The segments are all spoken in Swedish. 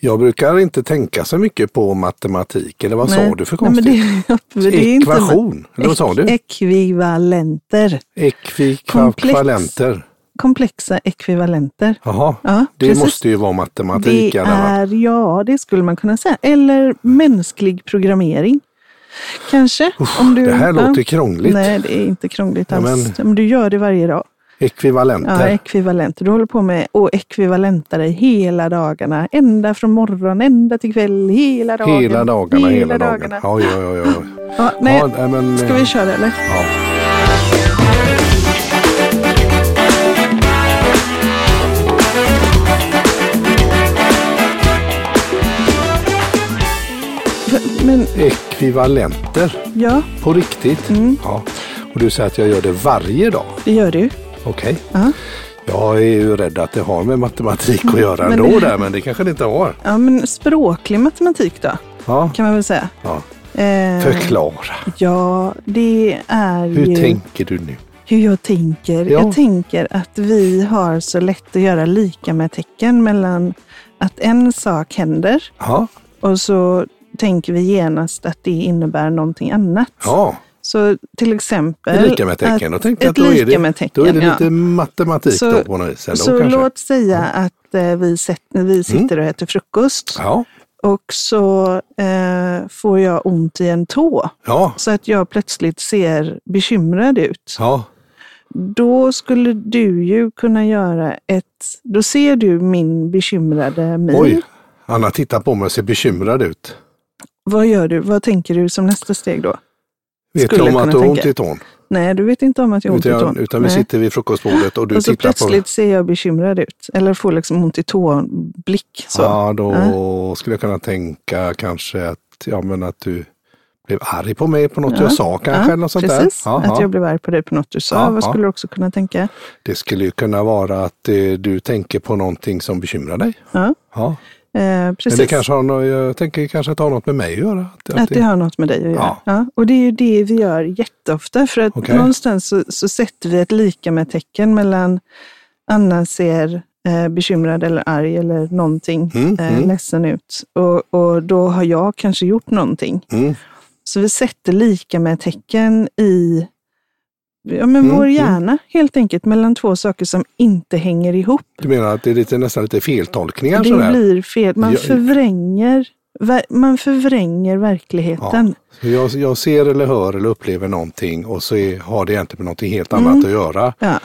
Jag brukar inte tänka så mycket på matematik, eller vad sa du för nej, men konstigt? det, det är inte- Ekvation, eller vad sa du? Ekvivalenter. Ekvikvalenter. Komplexa ekvivalenter. Jaha, Ja, det precis. måste ju vara matematik. det i alla fall. är, ja, det skulle man kunna säga. Eller mänsklig programmering. Kanske. om du, det här ja. låter krångligt. Nej, det är inte krångligt Ja, alls. men... du gör det varje dag. Ja, Ekvivalenter. ekvivalenter. Du håller på med och ekvivalenta dig hela dagarna. Ända från morgon, ända till kväll, hela dagen. hela dagarna, hela dagarna. Ja, ja, ja, ja. Ja, nej, Ja, nej, men, eh, Ska vi köra eller? ja. Men Ekvivalenter, ja, på riktigt. Mm. Ja. Och du säger att jag gör det varje dag. det gör du. Okej. Ja. Mm. Jag är ju rädd att det har med matematik att göra Men ändå det- där, men det kanske det inte har. Ja, men språklig matematik då, Ja, kan man väl säga. ja. Eh, Förklara. Ja, det är Hur ju tänker du nu? hur jag tänker. Ja. Jag tänker att vi har så lätt att göra lika med tecken mellan att en sak händer Ja, och så tänker vi genast att det innebär någonting annat. ja. Så till exempel... Det är lika med tecken. Då Att, tänkte jag att ett då är lika det, med tecken, då är det ja. lite matematik Så- då på något vis. Ändå, Så kanske. Mm. låt säga att eh, vi, sätt, vi sitter och äter frukost Ja, och så eh, får jag ont i en tå. ja, Så att jag plötsligt ser bekymrad ut. ja. Då skulle du ju kunna göra ett... Då ser du min bekymrade min. Oj, Anna tittar på mig och ser bekymrad ut. Vad gör du? Vad tänker du som nästa steg då? Vet Skulle du om kunna att du har ont tänka. i tån? Nej, du vet inte om att jag har ont i Utan, tån. utan vi Nej. sitter vid frukostbordet och du och så tittar på... plötsligt ser jag bekymrad ut. Eller får liksom ont i tån-blick. Så. Ja, då skulle jag kunna tänka kanske att, ja, men att du blev arg på mig på något jag sa kanske. eller något sånt precis. där. Ja, att ja. jag blev arg på dig på något du sa. Ja, Vad ja. skulle du också kunna tänka? Det skulle ju kunna vara att eh, du tänker på någonting som bekymrar dig. Ja, Ja. eh, Men precis. det kanske har något, jag tänker kanske att det har något med mig att göra. Att, Att det har något med dig att göra. Ja. Ja. och det är ju det vi gör jätteofta. För att Okej. någonstans så, så sätter vi ett lika med tecken mellan Anna ser eh, bekymrad eller arg eller någonting Mm, eh, mm. ledsen ut. Och, och då har jag kanske gjort någonting. Mm. Så vi sätter lika med tecken i ja, men Mm, vår mm. hjärna helt enkelt. Mellan två saker som inte hänger ihop. Du menar att det är lite, nästan lite feltolkningar? Det sådär. blir fel. Man Jag- förvränger, ver- man förvränger verkligheten. Så Jag, jag ser eller hör eller upplever någonting och så är, har det egentligen med någonting helt annat att göra. Ja,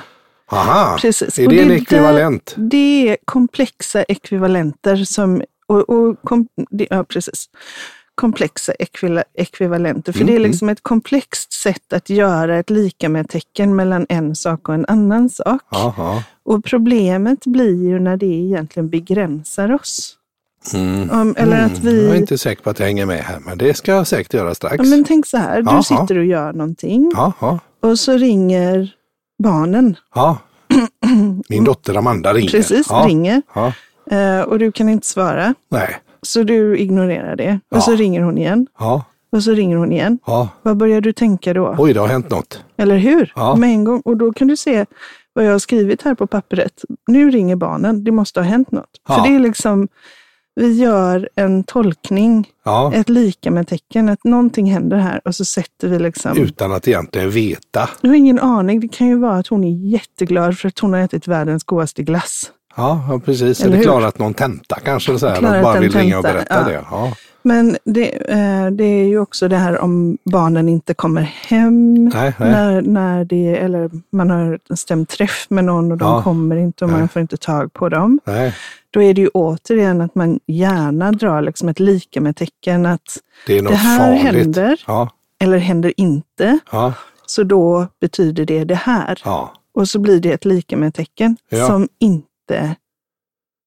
Aha, Mm. precis. är Och det en där- ekvivalent? Det är komplexa ekvivalenter som... Och, och, kom, det, ja, precis. Komplexa ekvila- ekvivalenter. För Mm, det är liksom ett komplext sätt att göra ett lika med tecken mellan en sak och en annan sak. Aha. Och problemet blir ju när det egentligen begränsar oss. Mm. Om, eller att vi... Jag är inte säker på att jag hänger med här, men det ska jag säkert göra strax. ja, men tänk så här, du Jaha. sitter och gör någonting Ja, ja, och så ringer barnen. ja. Min dotter Amanda ringer. Precis, ja. ringer. Ja. Eh, Och du kan inte svara. Nej. Så du ignorerar det. Och Ja. så ringer hon igen. Ja, Och så ringer hon igen. ja. Vad börjar du tänka då? Oj, det har hänt något. Eller hur? Ja. Med en gång. Och då kan du se vad jag har skrivit här på pappret. Nu ringer barnen. Det måste ha hänt något. Ja. För det är liksom, vi gör en tolkning, Ja. ett lika med tecken, att någonting händer här och så sätter vi liksom... Utan att egentligen veta. Jag har ingen aning. Det kan ju vara att hon är jätteglad för att hon har ätit världens godaste glass. Ja, ja precis. Eller Eller hur? klarat någon tenta kanske. eller Så här, och Klarat bara en vill ringa och tenta, berätta ja. det. Ja. Men det, eh, det är ju också det här om barnen inte kommer hem. Nej, nej. När, när det, eller man har stämt träff med någon och de Ja. kommer inte och man Nej. får inte tag på dem. Nej. Då är det ju återigen att man gärna drar liksom ett lika med tecken att Det är något det här farligt. händer Ja, eller händer inte. ja, Så då betyder det det här. ja. Och så blir det ett lika med tecken Ja. som inte,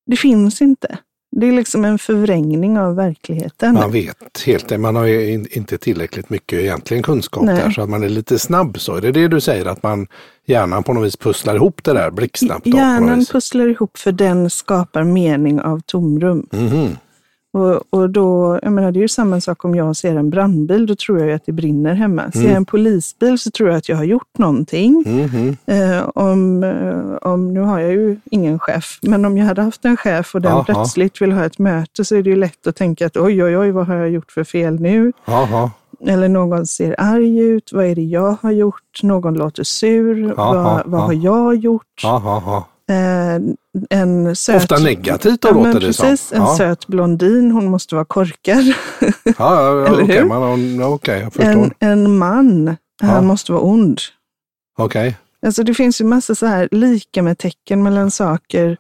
det finns inte. Det är liksom en förvrängning av verkligheten. Man vet helt Man har ju in, inte tillräckligt mycket egentligen kunskap Nej. där så att man är lite snabb så. Är det det du säger att man hjärnan på något vis pusslar ihop det där blixtsnabbt? då, på något Hjärnan vis? pusslar ihop för den skapar mening av tomrum. Mhm. Och, och då, jag menar, det är ju samma sak om jag ser en brandbil, då tror jag ju att det brinner hemma. Ser jag en polisbil så tror jag att jag har gjort någonting. Mm. Mhm. Eh, om, eh, om, nu har jag ju ingen chef, men om jag hade haft en chef och den Aha. plötsligt vill ha ett möte så är det ju lätt att tänka att oj, oj, oj, vad har jag gjort för fel nu? Jaha. Eller någon ser arg ut, vad är det jag har gjort? Någon låter sur, Ja, ja, vad, vad ja. har jag gjort? Jaha. jaha. Eh, en söt... Ofta negativt då Ja, men låter det precis. som. En Ja. söt blondin, hon måste vara korkad. Ja, ja, ja, Eller okej, hur? man har- okej, jag förstår. En, en man, Ja. han måste vara ond. Okej. Alltså det finns ju massa så här lika med tecken mellan saker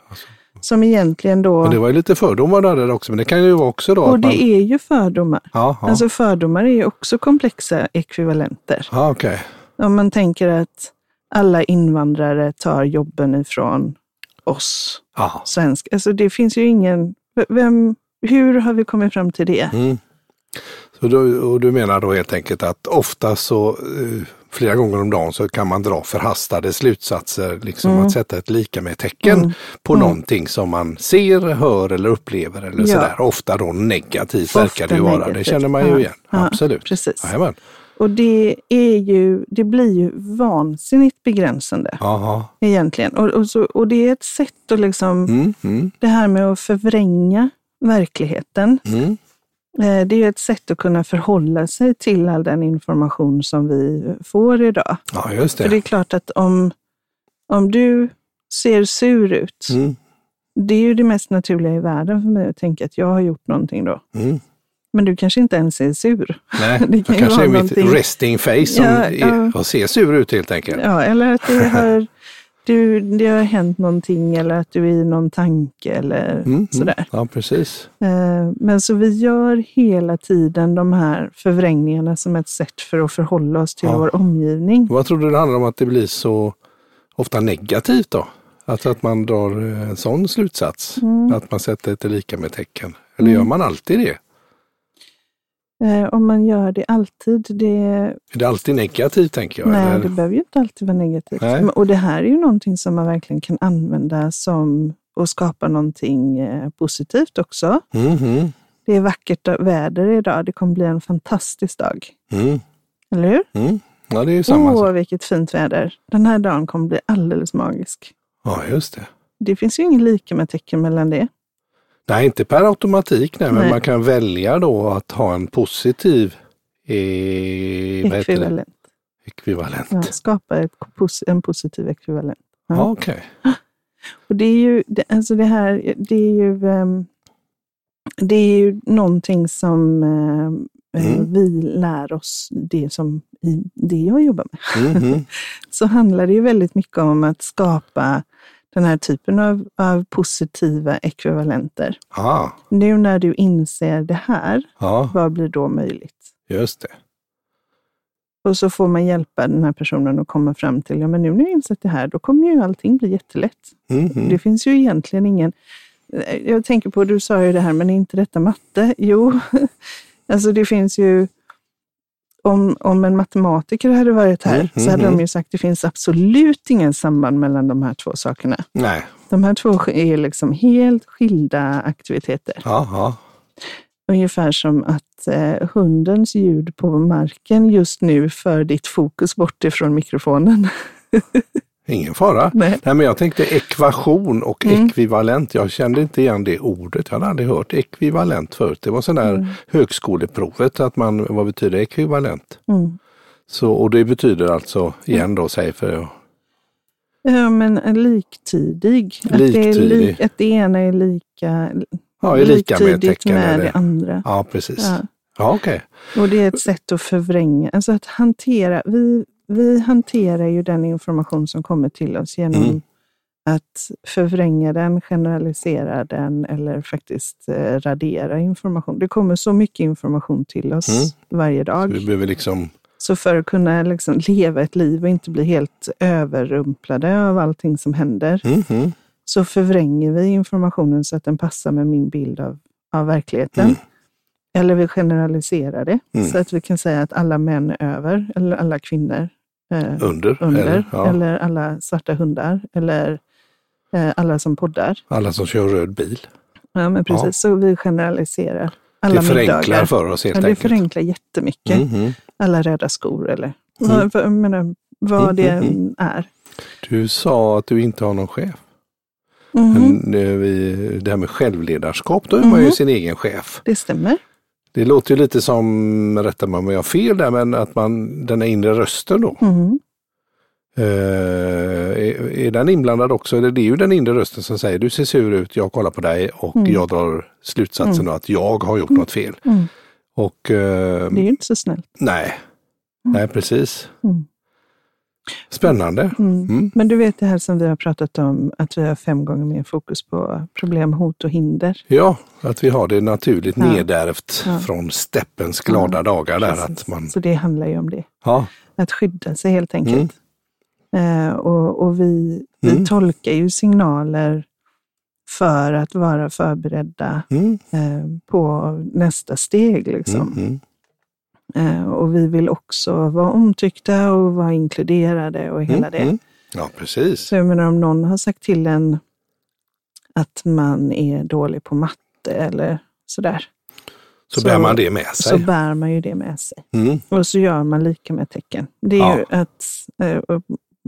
som egentligen då... Alltså. Men det var ju lite fördomar där, där också, men det kan ju vara också då och att det man... är ju fördomar. Ja, ja. Alltså fördomar är ju också komplexa ekvivalenter. ja okej. Om man tänker att alla invandrare tar jobben ifrån oss Ja. svenskar. Alltså det finns ju ingen... v- Vem, hur har vi kommit fram till det? Mm. Så du, och du menar då helt enkelt att ofta så, eh, flera gånger om dagen, så kan man dra förhastade slutsatser, liksom Mm. att sätta ett lika med tecken på någonting som man ser, hör eller upplever eller Ja. sådär. Ofta då negativt Ofta verkar det ju vara, det negativt. känner man ju Ja. igen. Ja, Absolut. precis. Jajamän. Och det, är ju, det blir ju vansinnigt begränsande Jaha. egentligen. Och, och, så, och det är ett sätt att liksom, Mm, mm, det här med att förvränga verkligheten. mm. eh, Det är ju ett sätt att kunna förhålla sig till all den information som vi får idag. Ja, just För det är det. klart att om, om du ser sur ut, Mm, det är ju det mest naturliga i världen för mig att tänka att jag har gjort någonting då. mm. Men du kanske inte ens är sur. Nej, Det det kan ju kanske vara är mitt någonting- resting face som Ja, är, ja. och ser sur ut helt enkelt. Ja, eller att det har, du, det har hänt någonting eller att du är i någon tanke eller Mm, sådär. Mm, ja, precis. Eh, Men så vi gör hela tiden de här förvrängningarna som ett sätt för att förhålla oss till Ja. vår omgivning. Vad tror du det handlar om att det blir så ofta negativt då? Att, att man drar eh, en sån slutsats? Mm. Att man sätter ett lika med tecken? Eller gör man alltid det? Eh, Om man gör det alltid, det, Är det alltid negativt tänker jag? nej, det eller? behöver ju inte alltid vara negativt. Nej. Men- Och det här är ju någonting som man verkligen kan använda som och skapa någonting eh, positivt också. Mhm, Det är vackert väder idag. Det kommer bli en fantastisk dag. mm, Eller hur? mm. Ja, det är ju samma Åh, sak. vilket fint väder. Den här dagen kommer bli alldeles magisk. Ja, just det. Det finns ju ingen lika med tecken mellan det. Nej, inte per automatik, nej, men Nej. man kan välja då att ha en positiv eh, vad heter det? Ekvivalent. ekvivalent. Ja, Ja. skapa ett, pos- en positiv ekvivalent. Ja. Okej. Och det är ju, det, alltså det här, det är ju, ehm, det är ju någonting som ehm, eh, Mm. vi lär oss, det som i, det jag jobbar med. Mhm. Så handlar det ju väldigt mycket om att skapa den här typen av, av positiva ekvivalenter. Ah, Nu när du inser det här, ja, vad blir då möjligt? just det. Och så får man hjälpa den här personen att komma fram till, ja men nu när jag insett det här, då kommer ju allting bli jättelätt. Mhm. Det finns ju egentligen ingen... eh, Jag tänker på, du sa ju det här, men är inte detta matte? Jo, alltså det finns ju... Om, om en matematiker hade varit här Mm, så hade mm, de ju sagt det finns absolut ingen samband mellan de här två sakerna. Nej, De här två är liksom helt skilda aktiviteter. ja, ja. Ungefär som att eh, hundens ljud på marken just nu för ditt fokus bort ifrån mikrofonen. ingen fara. Nej. Mm. Nej, men jag tänkte ekvation och ekvivalent. Jag kände inte igen det ordet. Jag hade aldrig hört ekvivalent förut. Det var sån där Mm. högskoleprovet, att man, vad betyder ekvivalent? Mm. Så, och det betyder alltså, igen då, säg för jag. Ja, men liktydig. Att det, är Liktydig. lik, att det ena är lika, Ja, är lika med liktydigt tecken, med eller? det andra. Ja, precis. Ja. Ja, okej. Och det är ett sätt att förvränga, alltså att hantera. Vi, vi hanterar ju den information som kommer till oss genom Mm. att förvränga den, generalisera den eller faktiskt eh, radera information. Det kommer så mycket information till oss Mm. varje Så dag. Vi behöver liksom, Så för att kunna liksom leva ett liv och inte bli helt överrumplade av allting som händer, mhm, så förvränger vi informationen så att den passar med min bild av, av verkligheten. Mm. Eller vi generaliserar det, Mm. så att vi kan säga att alla män är över, eller alla kvinnor eh, under. under, Eller, ja. eller alla svarta hundar, eller eh, alla som poddar. Alla som kör röd bil. Ja, men precis. Ja. Så vi generaliserar. Alla det förenklar middagar. för oss helt ja, det enkelt. förenklar jättemycket. Mhm. Alla röda skor eller Mm. vad, vad, jag menar, Mm, vad det mm, än är. Du sa att du inte har någon chef. Mhm, Men eh, vi- det här med självledarskap, då är man ju Mhm. sin egen chef. Det stämmer. Det låter ju lite som, rätta mig om jag har fel där, men att man, den här inre rösten då, Mhm. eh, är, är den inblandad också? Eller det är ju den inre rösten som säger, du ser sur ut, jag kollar på dig och Mm. jag drar slutsatsen Mm. då att jag har gjort något fel. Mm. Och eh, Det är ju inte så snällt. nej, nej precis. Mm. Spännande. Mm. Mm. Men du vet det här som vi har pratat om, att vi har fem gånger mer fokus på problem, hot och hinder. Ja, att vi har det naturligt Ja. nedärvt Ja. från steppens glada dagar där. Precis. Att man, Mm, Så det handlar ju om det. ja, Att skydda sig helt enkelt. Eh, och och vi, vi Mm. tolkar ju signaler för att vara förberedda mm, eh, på nästa steg. Liksom. mm, mm. Eh, och vi vill också vara omtyckta och vara inkluderade och hela det. Mm. Ja, precis. Så jag menar om någon har sagt till en att man är dålig på matte eller sådär, Så, Så- bär man det med så sig. bär man ju det med sig. Mm. Och så gör man lika med tecken. Det är Ja. ju att, eh, upp-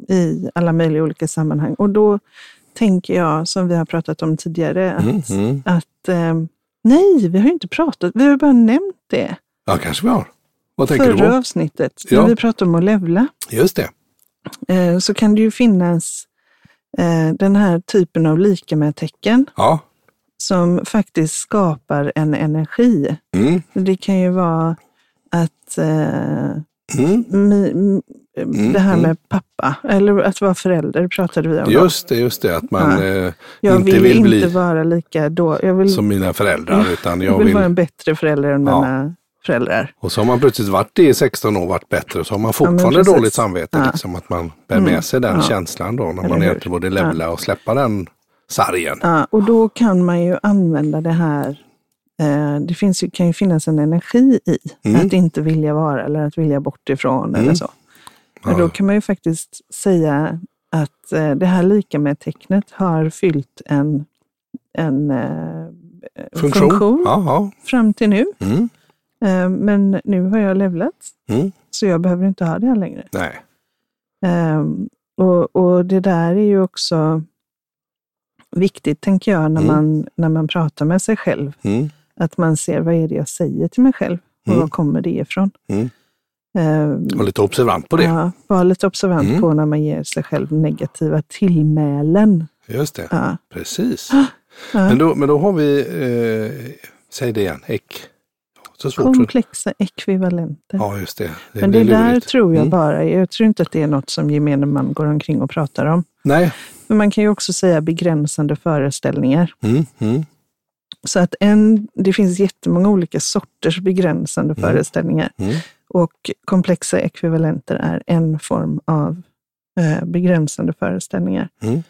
i alla möjliga olika sammanhang. Och då tänker jag, som vi har pratat om tidigare, att, Mm. Mm. att eh, nej, vi har ju inte pratat, vi har ju bara nämnt det Ja, kanske vi har. Vad tänker du förra på? avsnittet, Ja. när vi pratade om att levla. Just det. eh, så kan det ju finnas eh, den här typen av lika med tecken Ja. som faktiskt skapar en energi. Mm. Det kan ju vara att eh, Mm. mi, m- det här mm. med pappa, eller att vara förälder pratade vi om. då. Just det, just det. Att man Ja. eh, jag inte vill, vill inte bli- vara lika då. Jag vill, som mina föräldrar, utan jag jag vill vara vill... en bättre förälder än Ja. mina föräldrar. Och så har man plötsligt varit det i 16 år, varit bättre, och så har man men fortfarande precis. dåligt samvete. Ja. Liksom, att man bär Mm. med sig den Ja. känslan då, när Eller man hur? egentligen borde levla och släppa den sargen. Ja, och då kan man ju använda det här. Eh, det finns ju, kan ju finnas en energi i Mm. att inte vilja vara eller att vilja bort ifrån eller Mm. så. Och då kan man ju faktiskt säga att eh, det här lika med tecknet har fyllt en, en eh, Funktion. Ja, ja. fram till nu. Mm. Eh, men nu har jag levlat, Mm. så jag behöver inte ha det här längre. Nej. Ehm, och, och det där är ju också viktigt, tänker jag, när, Mm. man, när man pratar med sig själv. Mm. Att man ser, vad är det jag säger till mig själv? Och Mm. var kommer det ifrån? Mm. Ehm, Var lite observant på det. Ja, var lite observant Mm. på när man ger sig själv negativa tillmälen. Just det. Ja, Precis. Ah, ja. Men, då, men då har vi, eh, säg det igen, ek. Så svårt. För, Komplexa ekvivalenter. ja, just det. det Men det blir där lurigt. tror jag Mm. bara, jag tror inte att det är något som gemene man går omkring och pratar om. Nej. Men man kan ju också säga begränsande föreställningar. Mm, mm, Så att en, det finns jättemånga olika sorters begränsande föreställningar mm. och komplexa ekvivalenter är en form av eh, begränsande föreställningar. Mm.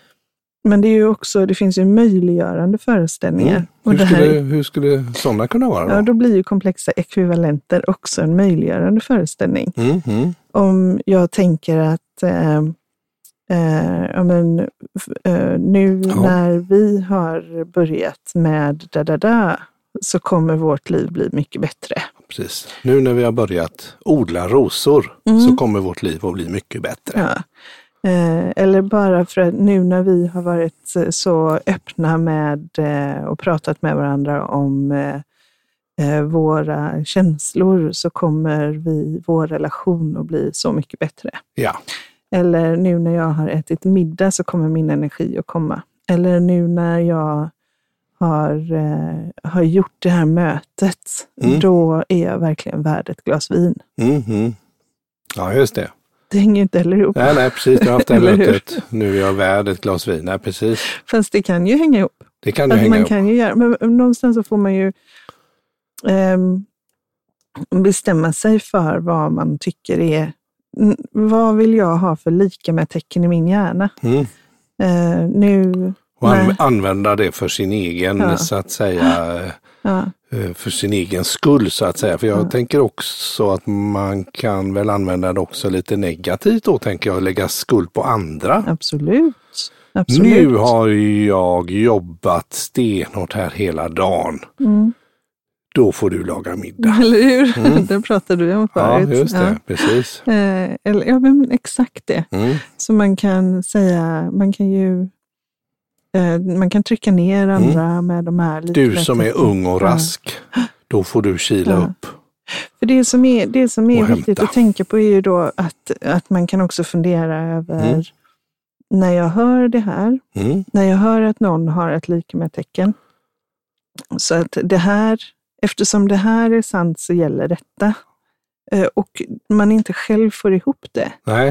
Men det är ju också, det finns ju möjliggörande föreställningar. Mm. Och Hur, det här, skulle, hur skulle sådana kunna vara? Då? ja, då blir ju komplexa ekvivalenter också en möjliggörande föreställning. Mm, mm, Om jag tänker att eh, eh, ja, men, f- eh, nu Ja. när vi har börjat med da-da-da så kommer vårt liv bli mycket bättre. precis. Nu när vi har börjat odla rosor Mm. så kommer vårt liv att bli mycket bättre. Ja. Eh, Eller bara för att nu när vi har varit eh, så öppna med eh, och pratat med varandra om eh, eh, våra känslor så kommer vi, vår relation att bli så mycket bättre. Ja. Eller nu när jag har ätit middag så kommer min energi att komma. Eller nu när jag har, eh, har gjort det här mötet, Mm. då är jag verkligen värd ett glas vin. Mm, mm. Ja, just det. Det hänger ju inte heller ihop. Nej, nej, precis. Du har haft det här Eller hur? mötet. Nu är jag värd ett glas vin. Nej, precis. Fast det kan ju hänga ihop. Det kan ju Att hänga man ihop. kan ju göra, men eh, någonstans så får man ju ehm, bestämma sig för vad man tycker är, n- vad vill jag ha för lika med tecken i min hjärna? Mm. Eh, nu, Och an- Nej. använda det för sin egen, Ja. så att säga, eh, ja, eh, för sin egen skull så att säga. För jag Ja. tänker också att man kan väl använda det också lite negativt då tänker jag, lägga skuld på andra. absolut. Absolut. Nu har jag jobbat stenhårt här hela dagen. Mm. Då får du laga middag. Eller hur? Mm. det pratade vi om Ja, förut. just det. Precis. Ja. Eh, Eller, ja, men exakt det. Mm. Så man kan säga, man kan ju eh, man kan trycka ner andra med de här lite Mm. Du som är lättare- ung och Ja. rask, då får du kila Ja. upp. För det som är, det som är Och viktigt hämta. att tänka på är ju då att, att man kan också fundera över Mm. när jag hör det här, Mm. när jag hör att någon har ett lika med tecken. Så att det här, eftersom det här är sant så gäller detta. Eh, Och man inte själv får ihop det, Nej.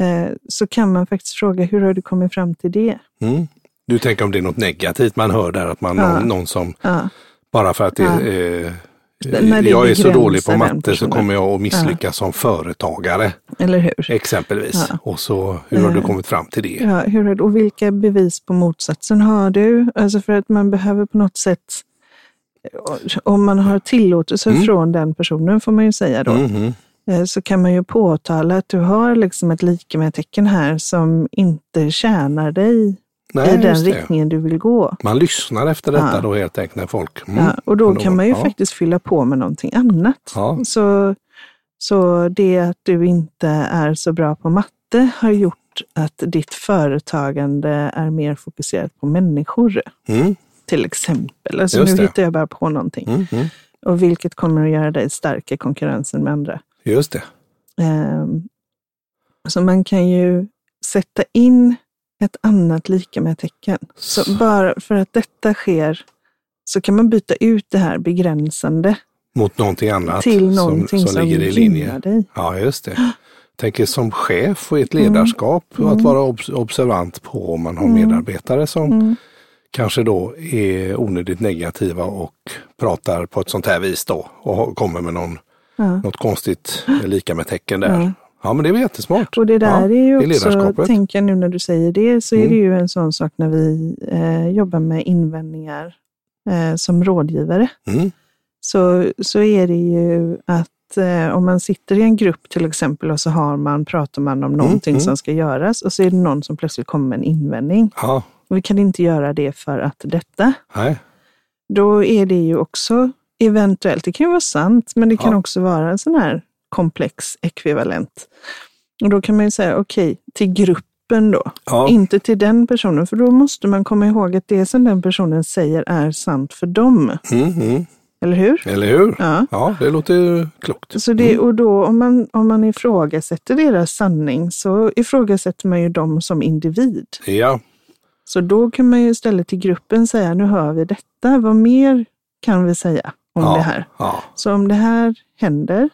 eh, så kan man faktiskt fråga hur har du kommit fram till det? Mm. Du tänker om det är något negativt man hör där, att man Ja. någon, någon som, Ja. bara för att det, Ja. eh, När det jag är så begränsar dålig på den matte så personen. kommer jag att misslyckas som företagare, Eller hur? exempelvis. Ja. Och så, hur har du Eh. kommit fram till det? Ja, hur är det? Och vilka bevis på motsatsen har du? Alltså för att man behöver på något sätt, eh, om man har tillåtelse Mm. från den personen får man ju säga då, Mhm. eh, så kan man ju påtala att du har liksom ett lika med tecken här som inte tjänar dig Nej, i den just det. riktningen du vill gå. Man lyssnar efter detta Ja. då helt enkelt när folk... Mm. Ja, och då Men då- kan man ju ja. faktiskt fylla på med någonting annat. Ja. Så, så det att du inte är så bra på matte har gjort att ditt företagande är mer fokuserat på människor, Mm. till exempel. Alltså Just nu det. hittar jag bara på någonting. Mm. Mm. Och vilket kommer att göra dig stark i konkurrensen med andra. Just det. Ehm, så man kan ju sätta in ett annat lika med tecken. Så bara för att detta sker så kan man byta ut det här begränsande Mot någonting annat till någonting som, som, som, ligger i gynnar linje. dig. Ja, just det. Tänker som chef och i ett ledarskap Mm. och att vara obs- observant på om man har medarbetare som Mm. kanske då är onödigt negativa och pratar på ett sånt här vis då och har- kommer med någon, Ja. något konstigt eh, lika med tecken där. Ja. Ja, men det är väl jättesmart. Mm. Och det där Ja, är ju i också, ledarskapet. tänker jag nu när du säger det, så är Mm. det ju en sån sak när vi eh, jobbar med invändningar eh, som rådgivare. Mm. Så, så är det ju att eh, om man sitter i en grupp till exempel och så har man, pratar man om någonting mm. som ska göras och så är det någon som plötsligt kommer med en invändning. Ja, Vi kan inte göra det för att detta. nej. Då är det ju också eventuellt, det kan ju vara sant, men det kan Ja. också vara en sån här komplex ekvivalent. Och då kan man ju säga, okej, till gruppen då, Ja, inte till den personen, för då måste man komma ihåg att det som den personen säger är sant för dem, mm, mm. eller hur? Eller hur? Ja. Ja, det låter ju klokt. Så det, och då om man, om man ifrågasätter deras sanning så ifrågasätter man ju dem som individ. Ja, Så då kan man ju istället till gruppen säga, nu hör vi detta, vad mer kan vi säga om ja, det här? Ja, Så om det här händer,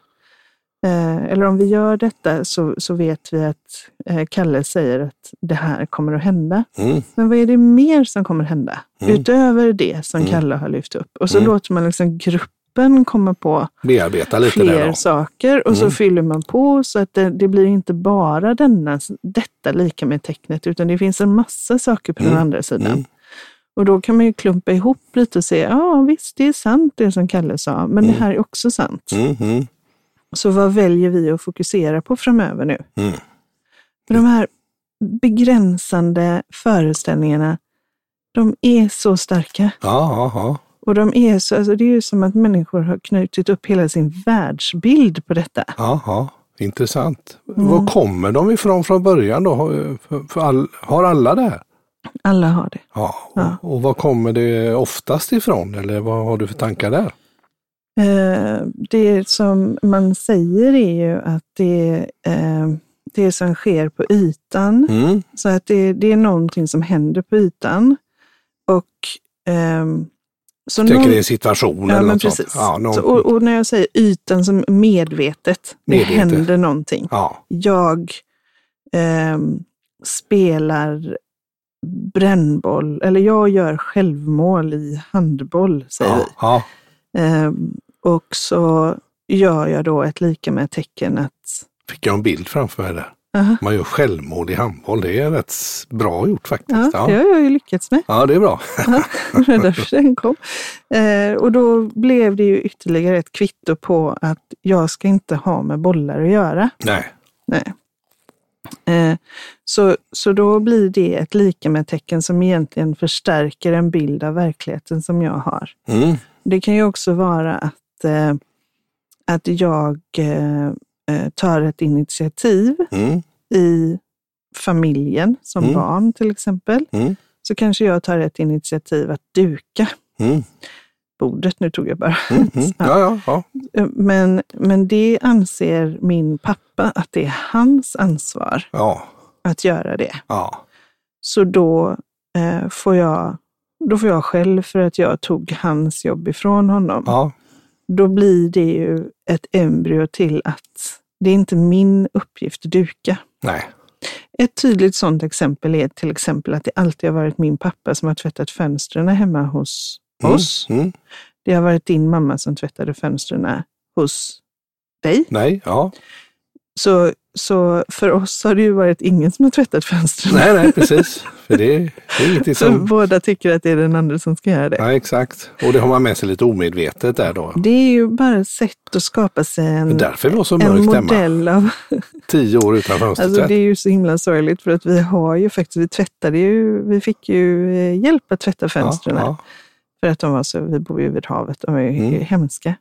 eh, eller om vi gör detta, så, så vet vi att eh, Kalle säger att det här kommer att hända. mm, Men vad är det mer som kommer hända? Mm. Utöver det som Mm. Kalle har lyft upp. Och så Mm. låter man liksom gruppen komma på bearbeta lite där fler då. saker och så Mm. fyller man på så att det, det blir inte bara denna, detta lika med tecknet, utan det finns en massa saker på den Mm. andra sidan. Mm. Och då kan man ju klumpa ihop lite och säga, ja visst, det är sant det som Kalle sa, men det här är också sant. Mm, mm, Så vad väljer vi att fokusera på framöver nu? mm. För de här begränsande föreställningarna, de är så starka. Ja, ja, ja. Och de är så, alltså det är ju som att människor har knutit upp hela sin världsbild på detta. Jaha, intressant. Mm. Var kommer de ifrån från början då? Har- För, för all, har alla det här? Alla har det. Ja. Ja. Och, och var kommer det oftast ifrån? Eller vad har du för tankar där? Eh, det som man säger är ju att det, eh, det som sker på ytan, Mm. så att det, det är någonting som händer på ytan. Och, ehm, så Tänker någon- det är en situation ja, eller men något precis. sånt. Ja, någon, så, och, och när jag säger ytan som medvetet, det Medvetet. händer någonting. ja. Jag ehm, spelar brännboll, eller jag gör självmål i handboll, säger vi. Ja, ja. Ehm, och så gör jag då ett lika med tecken att... Fick jag en bild framför mig där. Aha. Man gör självmål i handboll. Det är rätt s- bra gjort Ja, faktiskt. det har jag ju lyckats med. ja det är bra. Det var därför den kom. Eh, och då blev det ju ytterligare ett kvitto på att jag ska inte ha med bollar att göra. Nej. Nej. Eh, Så, så då blir det ett lika med tecken som egentligen förstärker en bild av verkligheten som jag har. Mm. Det kan ju också vara att, eh, att jag eh, eh, tar ett initiativ Mm. i familjen, som Mm. barn till exempel. Mm. Så kanske jag tar ett initiativ att duka Mm. bordet. Nu tog jag bara Mm. Mm. Ja, ja, ja. Eh, Men, men det anser min pappa att det är hans ansvar ja. att göra det. ja. Så då, eh, får, jag, då får jag skäll för att jag tog hans jobb ifrån honom. ja. Då blir det ju ett embryo till att det är inte min uppgift att duka. Nej. Ett tydligt sådant exempel är till exempel att det alltid har varit min pappa som har tvättat fönstren hemma hos Mm. oss. Mm. Det har varit din mamma som tvättade fönstren hos dig. Nej, ja. Så, så för oss har det ju varit ingen som har tvättat fönstren. Nej, nej, precis. För det är, det är ingenting Så som... båda tycker att det är den andra som ska göra det. Ja, exakt. Och det har man med sig lite omedvetet där då. Det är ju bara ett sätt att skapa sig Det är en, därför det var så en mörkt hemma. modell av... Tio år utan fönstertvätt. Alltså det är ju så himla sorgligt för att vi har ju faktiskt, vi tvättade ju, vi fick ju eh, hjälp att tvätta fönstren. Ja, För att de var så, vi bor ju vid havet, de är ju Mm. hemska.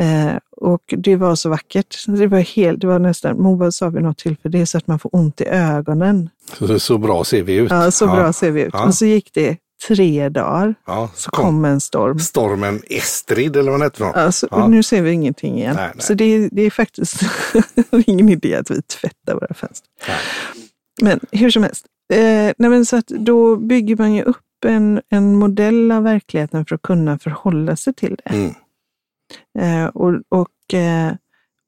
Eh, och det var så vackert. Det var, helt, det var nästan, Moa sa vid något tillfälle, det är så att man får ont i ögonen. ja. Så, så bra ser vi ut. Ja, så bra ser vi ut. Ja. Och så gick det tre dagar, Ja, så kom en storm. Stormen Estrid eller vad den hette. för något. Ja, så, Ja. och nu ser vi ingenting igen. Nej, nej. Så det, det är faktiskt ingen idé att vi tvättar våra fönster. Nej. Men hur som helst, eh, nej men så att då bygger man ju upp en, en modell av verkligheten för att kunna förhålla sig till det. Mm. Eh, och, och, eh,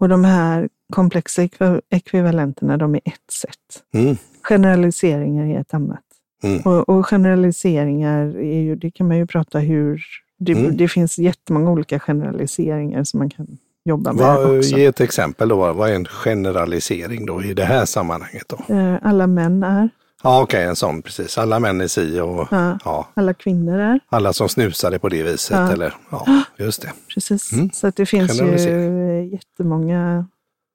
och de här komplexa ekva- ekvivalenterna, de är ett sätt. Mm. Generaliseringar är ett annat. Mm. Och, och generaliseringar, är ju, det kan man ju prata hur... Det, Mm. det finns jättemånga olika generaliseringar som man kan jobba med Vad, också. ge ett exempel då. Vad är en generalisering då i det här sammanhanget då? Eh, Alla män är, Ja, okej, en sån precis. Alla män är si och Ja. ja, alla kvinnor är. alla som snusar är på det viset. Ja. Eller, ja, just det. Precis. Mm. Så att det finns ju Generalisering. eh, jättemånga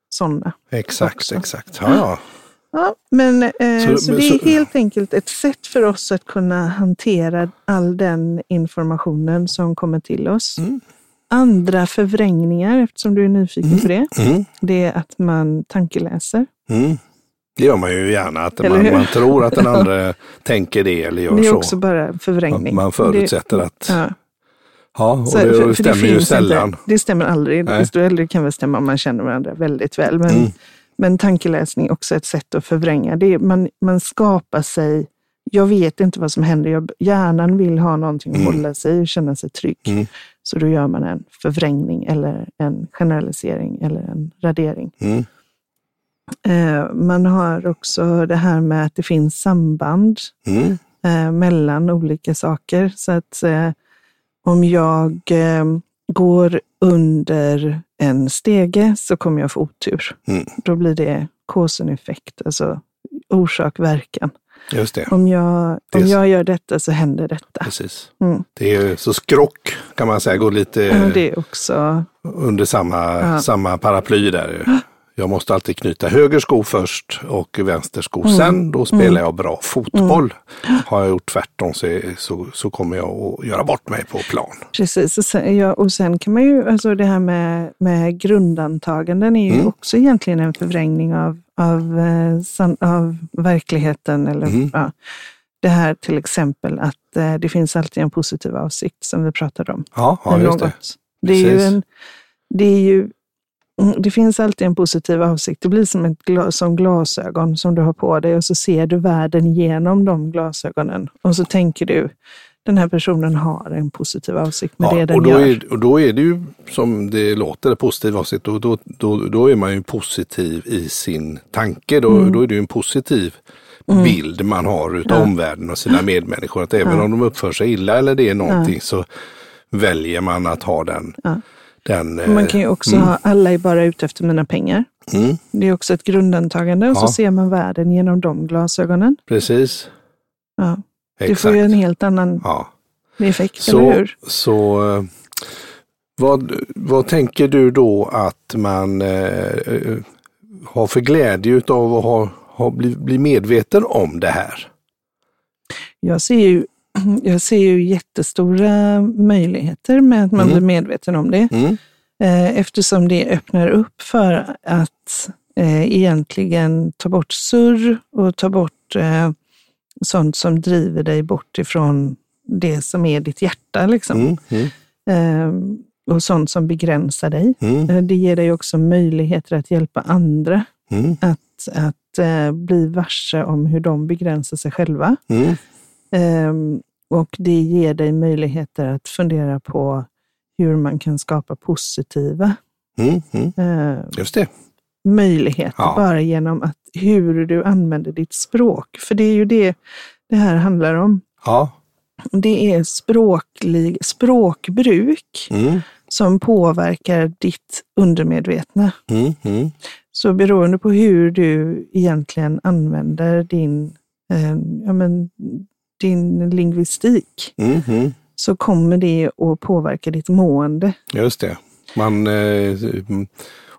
sådana. Exakt, Också. exakt. Ja, ja. Ja, men, eh, så, Så- men det är så- helt enkelt ett sätt för oss att kunna hantera all den informationen som kommer till oss. Mm. Andra förvrängningar, eftersom du är nyfiken på det, Mm. det är att man tankeläser. Mm. Det gör man ju gärna, att Eller hur? man, man tror att den andra tänker det eller gör Det är så. också bara en förvrängning. Att man förutsätter att, ja, Ja. och Så- det, för- för det stämmer ju finns sällan. Inte, det stämmer aldrig. Nej. Desto äldre kan väl stämma om man känner varandra väldigt väl. Men, Mm. men tankeläsning är också ett sätt att förvränga. Det är, man, man skapar sig, jag vet inte vad som händer. Jag, hjärnan vill ha någonting att Mm. hålla sig i och känna sig trygg. Mm. Så då gör man en förvrängning eller en generalisering eller en radering. Mm. Eh, man har också det här med att det finns samband Mm. eh, mellan olika saker. Så att eh, om jag eh, går under en stege så kommer jag få otur. Mm. Då blir det cause and effect, alltså orsak-verkan. Just det, Om jag, Det är om så. jag gör detta så händer detta. precis. Mm. Det är så skrock kan man säga, går lite Ja, Det är också... under samma, Ja. samma paraply där. ju. Jag måste alltid knyta höger sko först och vänster sko Mm. sen. Då spelar jag bra fotboll. Har jag gjort tvärtom så, är- så, så kommer jag att göra bort mig på plan. Precis, och sen, ja, och sen kan man ju, alltså det här med, med grundantaganden är ju Mm. också egentligen en förvrängning av, av, eh, san, av verkligheten. Eller, Mm. ja, det här till exempel att eh, det finns alltid en positiv avsikt som vi pratade om. Ja, ja med just det. något. Det, är ju Precis. en, det, är ju, mm, det finns alltid en positiv avsikt. Det blir som, ett gla, som glasögon som du har på dig och så ser du världen genom de glasögonen. Och så tänker du, den här personen har en positiv avsikt med det den och, då gör. är, och då är det ju som det låter, det positiva avsnitt, då, då, då, då är man ju positiv i sin tanke. Då, Mm. då är det ju en positiv bild man har utav omvärlden och sina medmänniskor. Att även om de uppför sig illa eller det är någonting så väljer man att ha den. den eh, Man kan ju också ha, alla är bara ute efter mina pengar. mm, Det är också ett grundantagande och så Ja. ser man världen genom de glasögonen. precis, Ja. Det exakt. får ju en helt annan ja. effekt, eller Så, hur? så eh, vad, vad tänker du då att man eh, eh, har för glädje av att ha, har bli, bli medveten om det här? Jag ser ju, jag ser ju jättestora möjligheter med att man Mm. blir medveten om det. Mm. Eh, eftersom det öppnar upp för att eh, egentligen ta bort surr och ta bort eh, sånt som driver dig bort ifrån det som är ditt hjärta. Liksom. Mm. Mm. Eh, och sånt som begränsar dig. Mm. Eh, Det ger dig också möjligheter att hjälpa andra Mm. att, att eh, bli varse om hur de begränsar sig själva. Mm. Ehm, och det ger dig möjligheter att fundera på hur man kan skapa positiva Mm. Mm. eh, Just det. möjligheter Ja. bara genom att hur du använder ditt språk. För det är ju det det här handlar om. Ja. Det är språklig, språkbruk Mm. som påverkar ditt undermedvetna. Mm. Mm. Så beroende på hur du egentligen använder din, eh, ja, men, din lingvistik Mm. Mm. så kommer det att påverka ditt mående. Just det. Man eh, mm,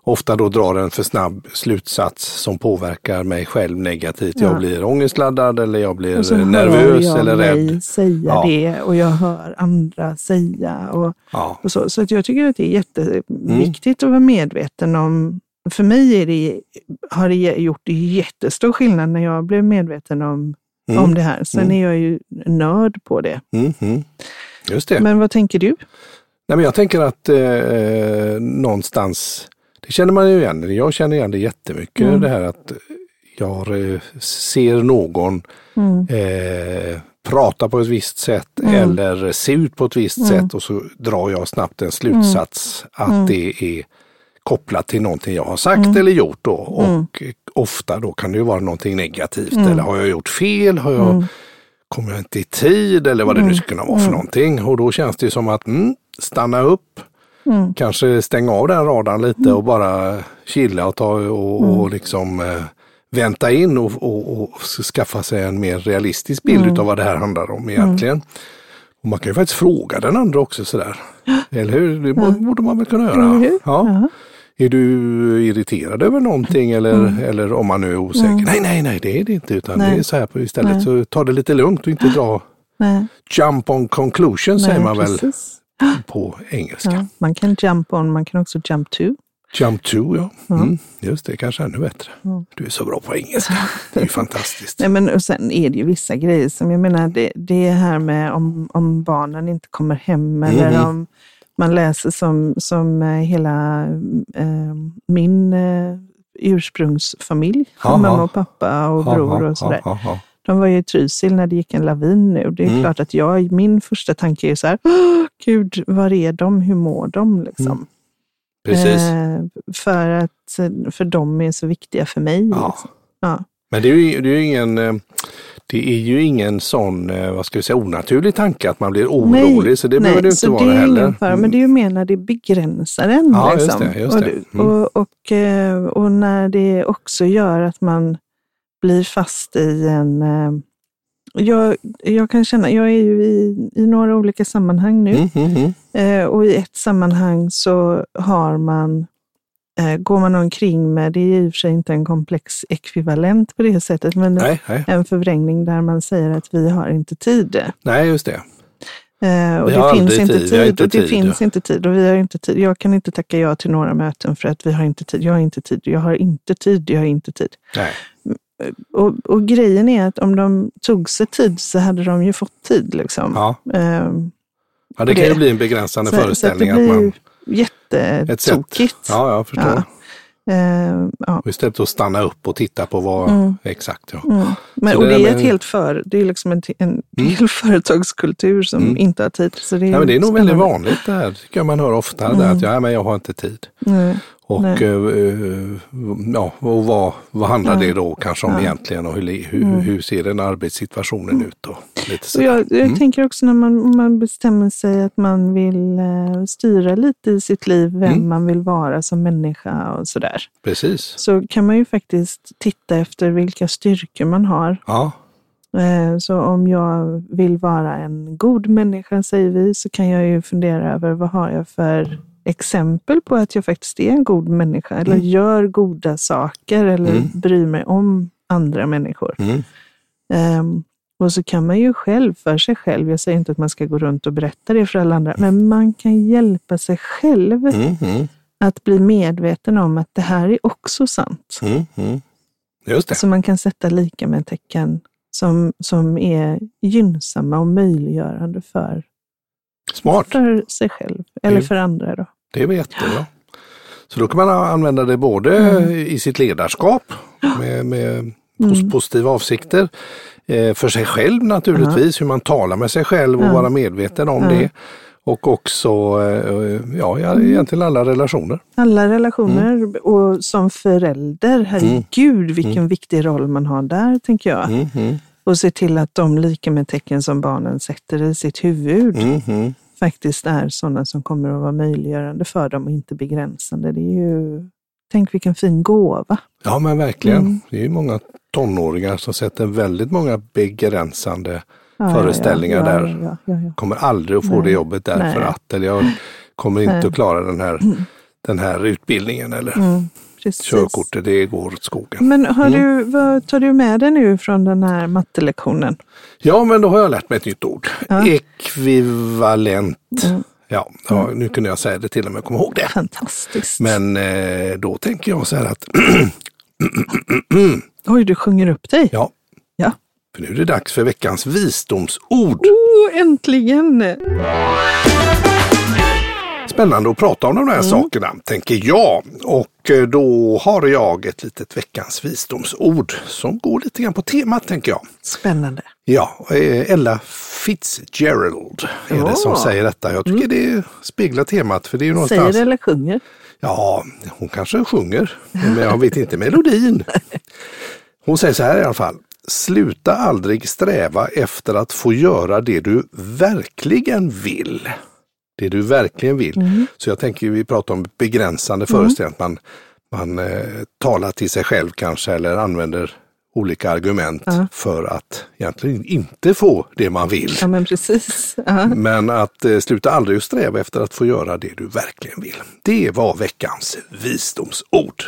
ofta då drar en för snabb slutsats som påverkar mig själv negativt. Jag Ja. blir ångestladdad eller jag Och blir så eh, hör nervös jag eller mig rädd. säga Ja. det och jag hör andra säga och, Ja. och så. Så att jag tycker att det är jätteviktigt Mm. att vara medveten om. För mig är det, har det gjort jättestor skillnad när jag blev medveten om, Mm. om det här. Sen är jag ju nörd på det. Mm. Mm. Just det. Mm-hmm. Men vad tänker du? Nej, men jag tänker att eh, någonstans, det känner man ju igen, jag känner igen det jättemycket, Mm. det här att jag eh, ser någon Mm. eh, prata på ett visst sätt Mm. eller se ut på ett visst Mm. sätt och så drar jag snabbt en slutsats att Mm. det är kopplat till någonting jag har sagt eller gjort då. Och Mm. eh, ofta då kan det ju vara någonting negativt eller har jag gjort fel? Har Mm. jag, Kommer jag inte i tid eller vad det nu skulle kunna vara för någonting? Och då känns det ju som att mm, stanna upp, Mm. kanske stänga av den radarn lite och bara chilla och, ta, och, Mm. och liksom eh, vänta in och, och, och skaffa sig en mer realistisk bild Mm. utav vad det här handlar om egentligen. Och man kan ju faktiskt fråga den andra också sådär. Eller hur? Det bo- borde man väl kunna Eller göra. hur? Ja. Ja. Är du irriterad över någonting Mm. eller, eller om man nu är osäker? Nej, nej, nej, det är det inte. Utan Nej. det är så här på istället. Nej. Så ta det lite lugnt och inte dra Nej, jump on conclusion säger nej, man väl precis. på engelska. Ja. Man kan jump on, man kan också jump to. Jump to, ja. Mm. Just det, kanske ännu bättre. Du är så bra på engelska. Det är ju fantastiskt. Nej, men och sen är det ju vissa grejer som, jag menar, det, det här med om, om barnen inte kommer hem eller Mm. om man läser som, som eh, hela eh, min eh, ursprungsfamilj, Jaha. mamma och pappa och bror Ja, ja, och sådär. ja, ja, De var ju i Trysil när det gick en lavin nu. Det är Mm. klart att jag, min första tanke är ju så här, "Åh, gud, var är de? Hur mår de? Liksom. ja. Mm, Precis. Eh, för att eh, för de är så viktiga för mig. Ja. Liksom. Ja. Men det är, ju, det, är ju ingen, eh, det är ju ingen sån, eh, vad ska vi säga, onaturlig tanke att man blir orolig. så det behöver det ju inte så vara det är heller. Mm. ingen fara, men det är ju mer när det begränsar en. Ja, just liksom. det, just och, det. du- Mm. och, och, eh, och när det också gör att man blir fast i en... eh, Jag, jag kan känna, jag är ju i, i några olika sammanhang nu Mm, mm, mm. eh, och i ett sammanhang så har man eh, går man omkring med, det är i och för sig inte en komplex ekvivalent på det sättet, men Nej, nej, en förvrängning där man säger att vi har inte tid. nej, just det. Eh, och Vi det har finns aldrig inte tid, tid, vi har inte och det tid. finns inte tid och vi har inte tid. Jag kan inte tacka ja till några möten för att vi har inte tid. Jag har inte tid, jag har inte tid, jag har inte tid. Nej. Och, och grejen är att om de tog sig tid så hade de ju fått tid. Liksom. Ja. Eh, ja, det kan ju Det- bli en begränsande så, så att det föreställning. att blir ju man, ett sätt. jättetokigt. Ja, jag förstår. Ja. Eh, ja. Och istället för att stanna upp och titta på vad, exakt ja. Mm. Men, Så och det det där är ett med- Mm. helt för, det är liksom en, en hel företagskultur som inte har tid. Så det är, Nej, men det är nog väldigt spännande. vanligt det här, tycker jag man hör ofta, det här, att ja, men jag har inte tid. Nej. Och, Nej. eh, eh, ja, och vad, vad handlar det då kanske om egentligen och hur, li- hur, Mm. hur ser den arbetssituationen ut då? Lite Och så. jag jag tänker också när man, om man bestämmer sig att man vill eh, styra lite i sitt liv, vem man vill vara som människa och sådär. Precis. Så kan man ju faktiskt titta efter vilka styrkor man har. Ja, Eh, Så om jag vill vara en god människa, säger vi, så kan jag ju fundera över vad har jag för exempel på att jag faktiskt är en god människa eller gör goda saker eller bryr mig om andra människor. Mm. Ehm, och så kan man ju själv, för sig själv, jag säger inte att man ska gå runt och berätta det för alla andra, men man kan hjälpa sig själv Mm, mm, att bli medveten om att det här är också sant. mm, mm. Just det. Så man kan sätta lika med tecken som, som är gynnsamma och möjliggörande för, Smart. för sig själv, eller Mm. för andra. Då. Det är jättebra. Så då kan man använda det både i sitt ledarskap med, med pos- Mm. positiva avsikter, eh, för sig själv naturligtvis, hur man talar med sig själv och Ja. Mm. vara medveten om det. Och också eh, ja, ja, egentligen alla relationer. Alla relationer Mm. och som förälder, herregud vilken viktig roll man har där, tänker jag. Mm, mm, Och se till att de lika med tecken som barnen sätter i sitt huvud mm, mm. faktiskt är sådana som kommer att vara möjliggörande för dem och inte begränsande. Det är ju, tänk vilken fin gåva. Ja men verkligen. Mm. Det är ju många tonåringar som sätter väldigt många begränsande Ja, Föreställningar ja, ja, där. Ja, ja, ja, kommer aldrig att få Nej. det jobbet därför Nej. att, eller jag kommer inte Nej. Mm. att klara den här, den här utbildningen eller ja. Mm, precis. körkortet, det går åt skogen. Men har du, Mm. vad tar du med dig nu från den här mattelektionen? Ja, men då har jag lärt mig ett nytt ord. Ekvivalent. Mm. Ja, ja, nu kunde jag säga det till och med, komma ihåg det. Fantastiskt. Men eh, då tänker jag så här att, Oj, du sjunger upp dig. ja, Ja. för nu är det dags för veckans visdomsord. Oh, äntligen! Spännande att prata om de Mm. här sakerna, tänker jag. Och eh, då har jag ett litet veckans visdomsord som går lite grann på temat, tänker jag. Spännande. Ja, eh, Ella Fitzgerald är det som Ja. Mm. säger detta. Jag tycker det speglar temat. För det är ju Säger någonstans... eller sjunger? Ja, hon kanske sjunger, men jag vet inte melodin. Hon säger så här i alla fall. Sluta aldrig sträva efter att få göra det du verkligen vill. Det du verkligen vill. Så jag tänker, vi pratar om begränsande föreställningar, att man, man eh, talar till sig själv kanske eller använder olika argument för att egentligen inte få det man vill. Ja, men precis. Ja. Men att eh, sluta aldrig att sträva efter att få göra det du verkligen vill. Det var veckans visdomsord.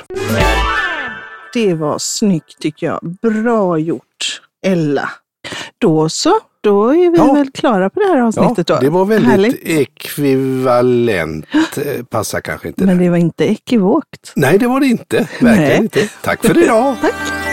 Det var snyggt tycker jag. Bra gjort, Ella. Då så, då är vi Ja. väl klara på det här avsnittet då. det var väldigt Härligt. ekvivalent. Eh, Passar kanske inte. Men där. det var inte ekivokt. Nej, det var det inte. Verkligen Nej. inte. Tack för idag. Tack!